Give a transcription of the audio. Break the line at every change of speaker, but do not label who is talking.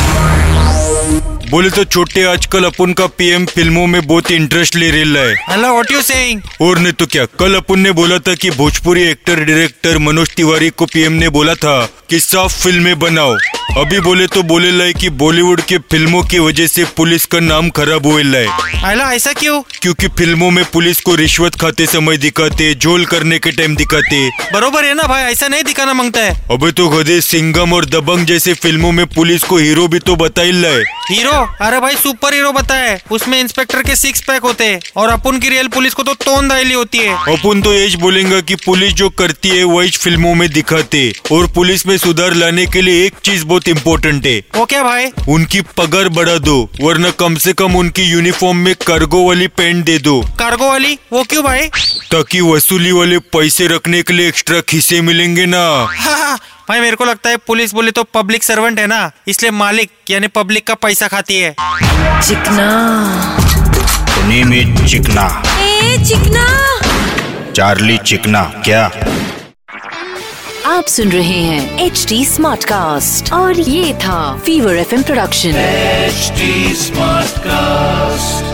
बोले तो छोटे आजकल अपन का पीएम फिल्मों में बहुत इंटरेस्ट ले रहा है
हेलो व्हाट यू सेइंग
और नहीं तो क्या कल अपन ने बोला था कि भोजपुरी एक्टर डायरेक्टर मनोज तिवारी को पीएम ने बोला था कि साफ फिल्में बनाओ अभी बोले तो बोले लाए कि बॉलीवुड के फिल्मों की वजह से पुलिस का नाम खराब हुए लाए
हेलो ऐसा क्यों
क्योंकि फिल्मों में पुलिस को रिश्वत खाते समय दिखाते झोल करने के टाइम दिखाते
बरोबर है ना भाई ऐसा नहीं दिखाना मांगता है
अबे तो गधे सिंगम और दबंग जैसे फिल्मों में पुलिस को हीरो भी तो बता ही लाए
हीरो अरे भाई सुपर हीरो बताए उसमें इंस्पेक्टर के सिक्स पैक होते हैं और अपन की रियल पुलिस को तो तोंद आयली होती है
अपन तो यही बोलेंगे कि पुलिस जो करती है वही फिल्मों में दिखाते और पुलिस में सुधार लाने के लिए एक चीज बहुत इम्पोर्टेंट है
वो क्या भाई
उनकी पगार बढ़ा दो वरना कम से कम उनकी यूनिफॉर्म में कार्गो वाली पैंट दे दो
कार्गो वाली वो क्यों भाई
ताकि वसूली वाले पैसे रखने के लिए एक्स्ट्रा खीसे मिलेंगे ना
हाँ, भाई मेरे को लगता है पुलिस बोले तो पब्लिक सर्वेंट है ना इसलिए मालिक यानी पब्लिक का पैसा खाती है
Chikna
name is Chikna
A Chikna
Charlie Chikna क्या
आप सुन रहे हैं एच डी स्मार्ट कास्ट और ये था fever F production
HD Smartcast.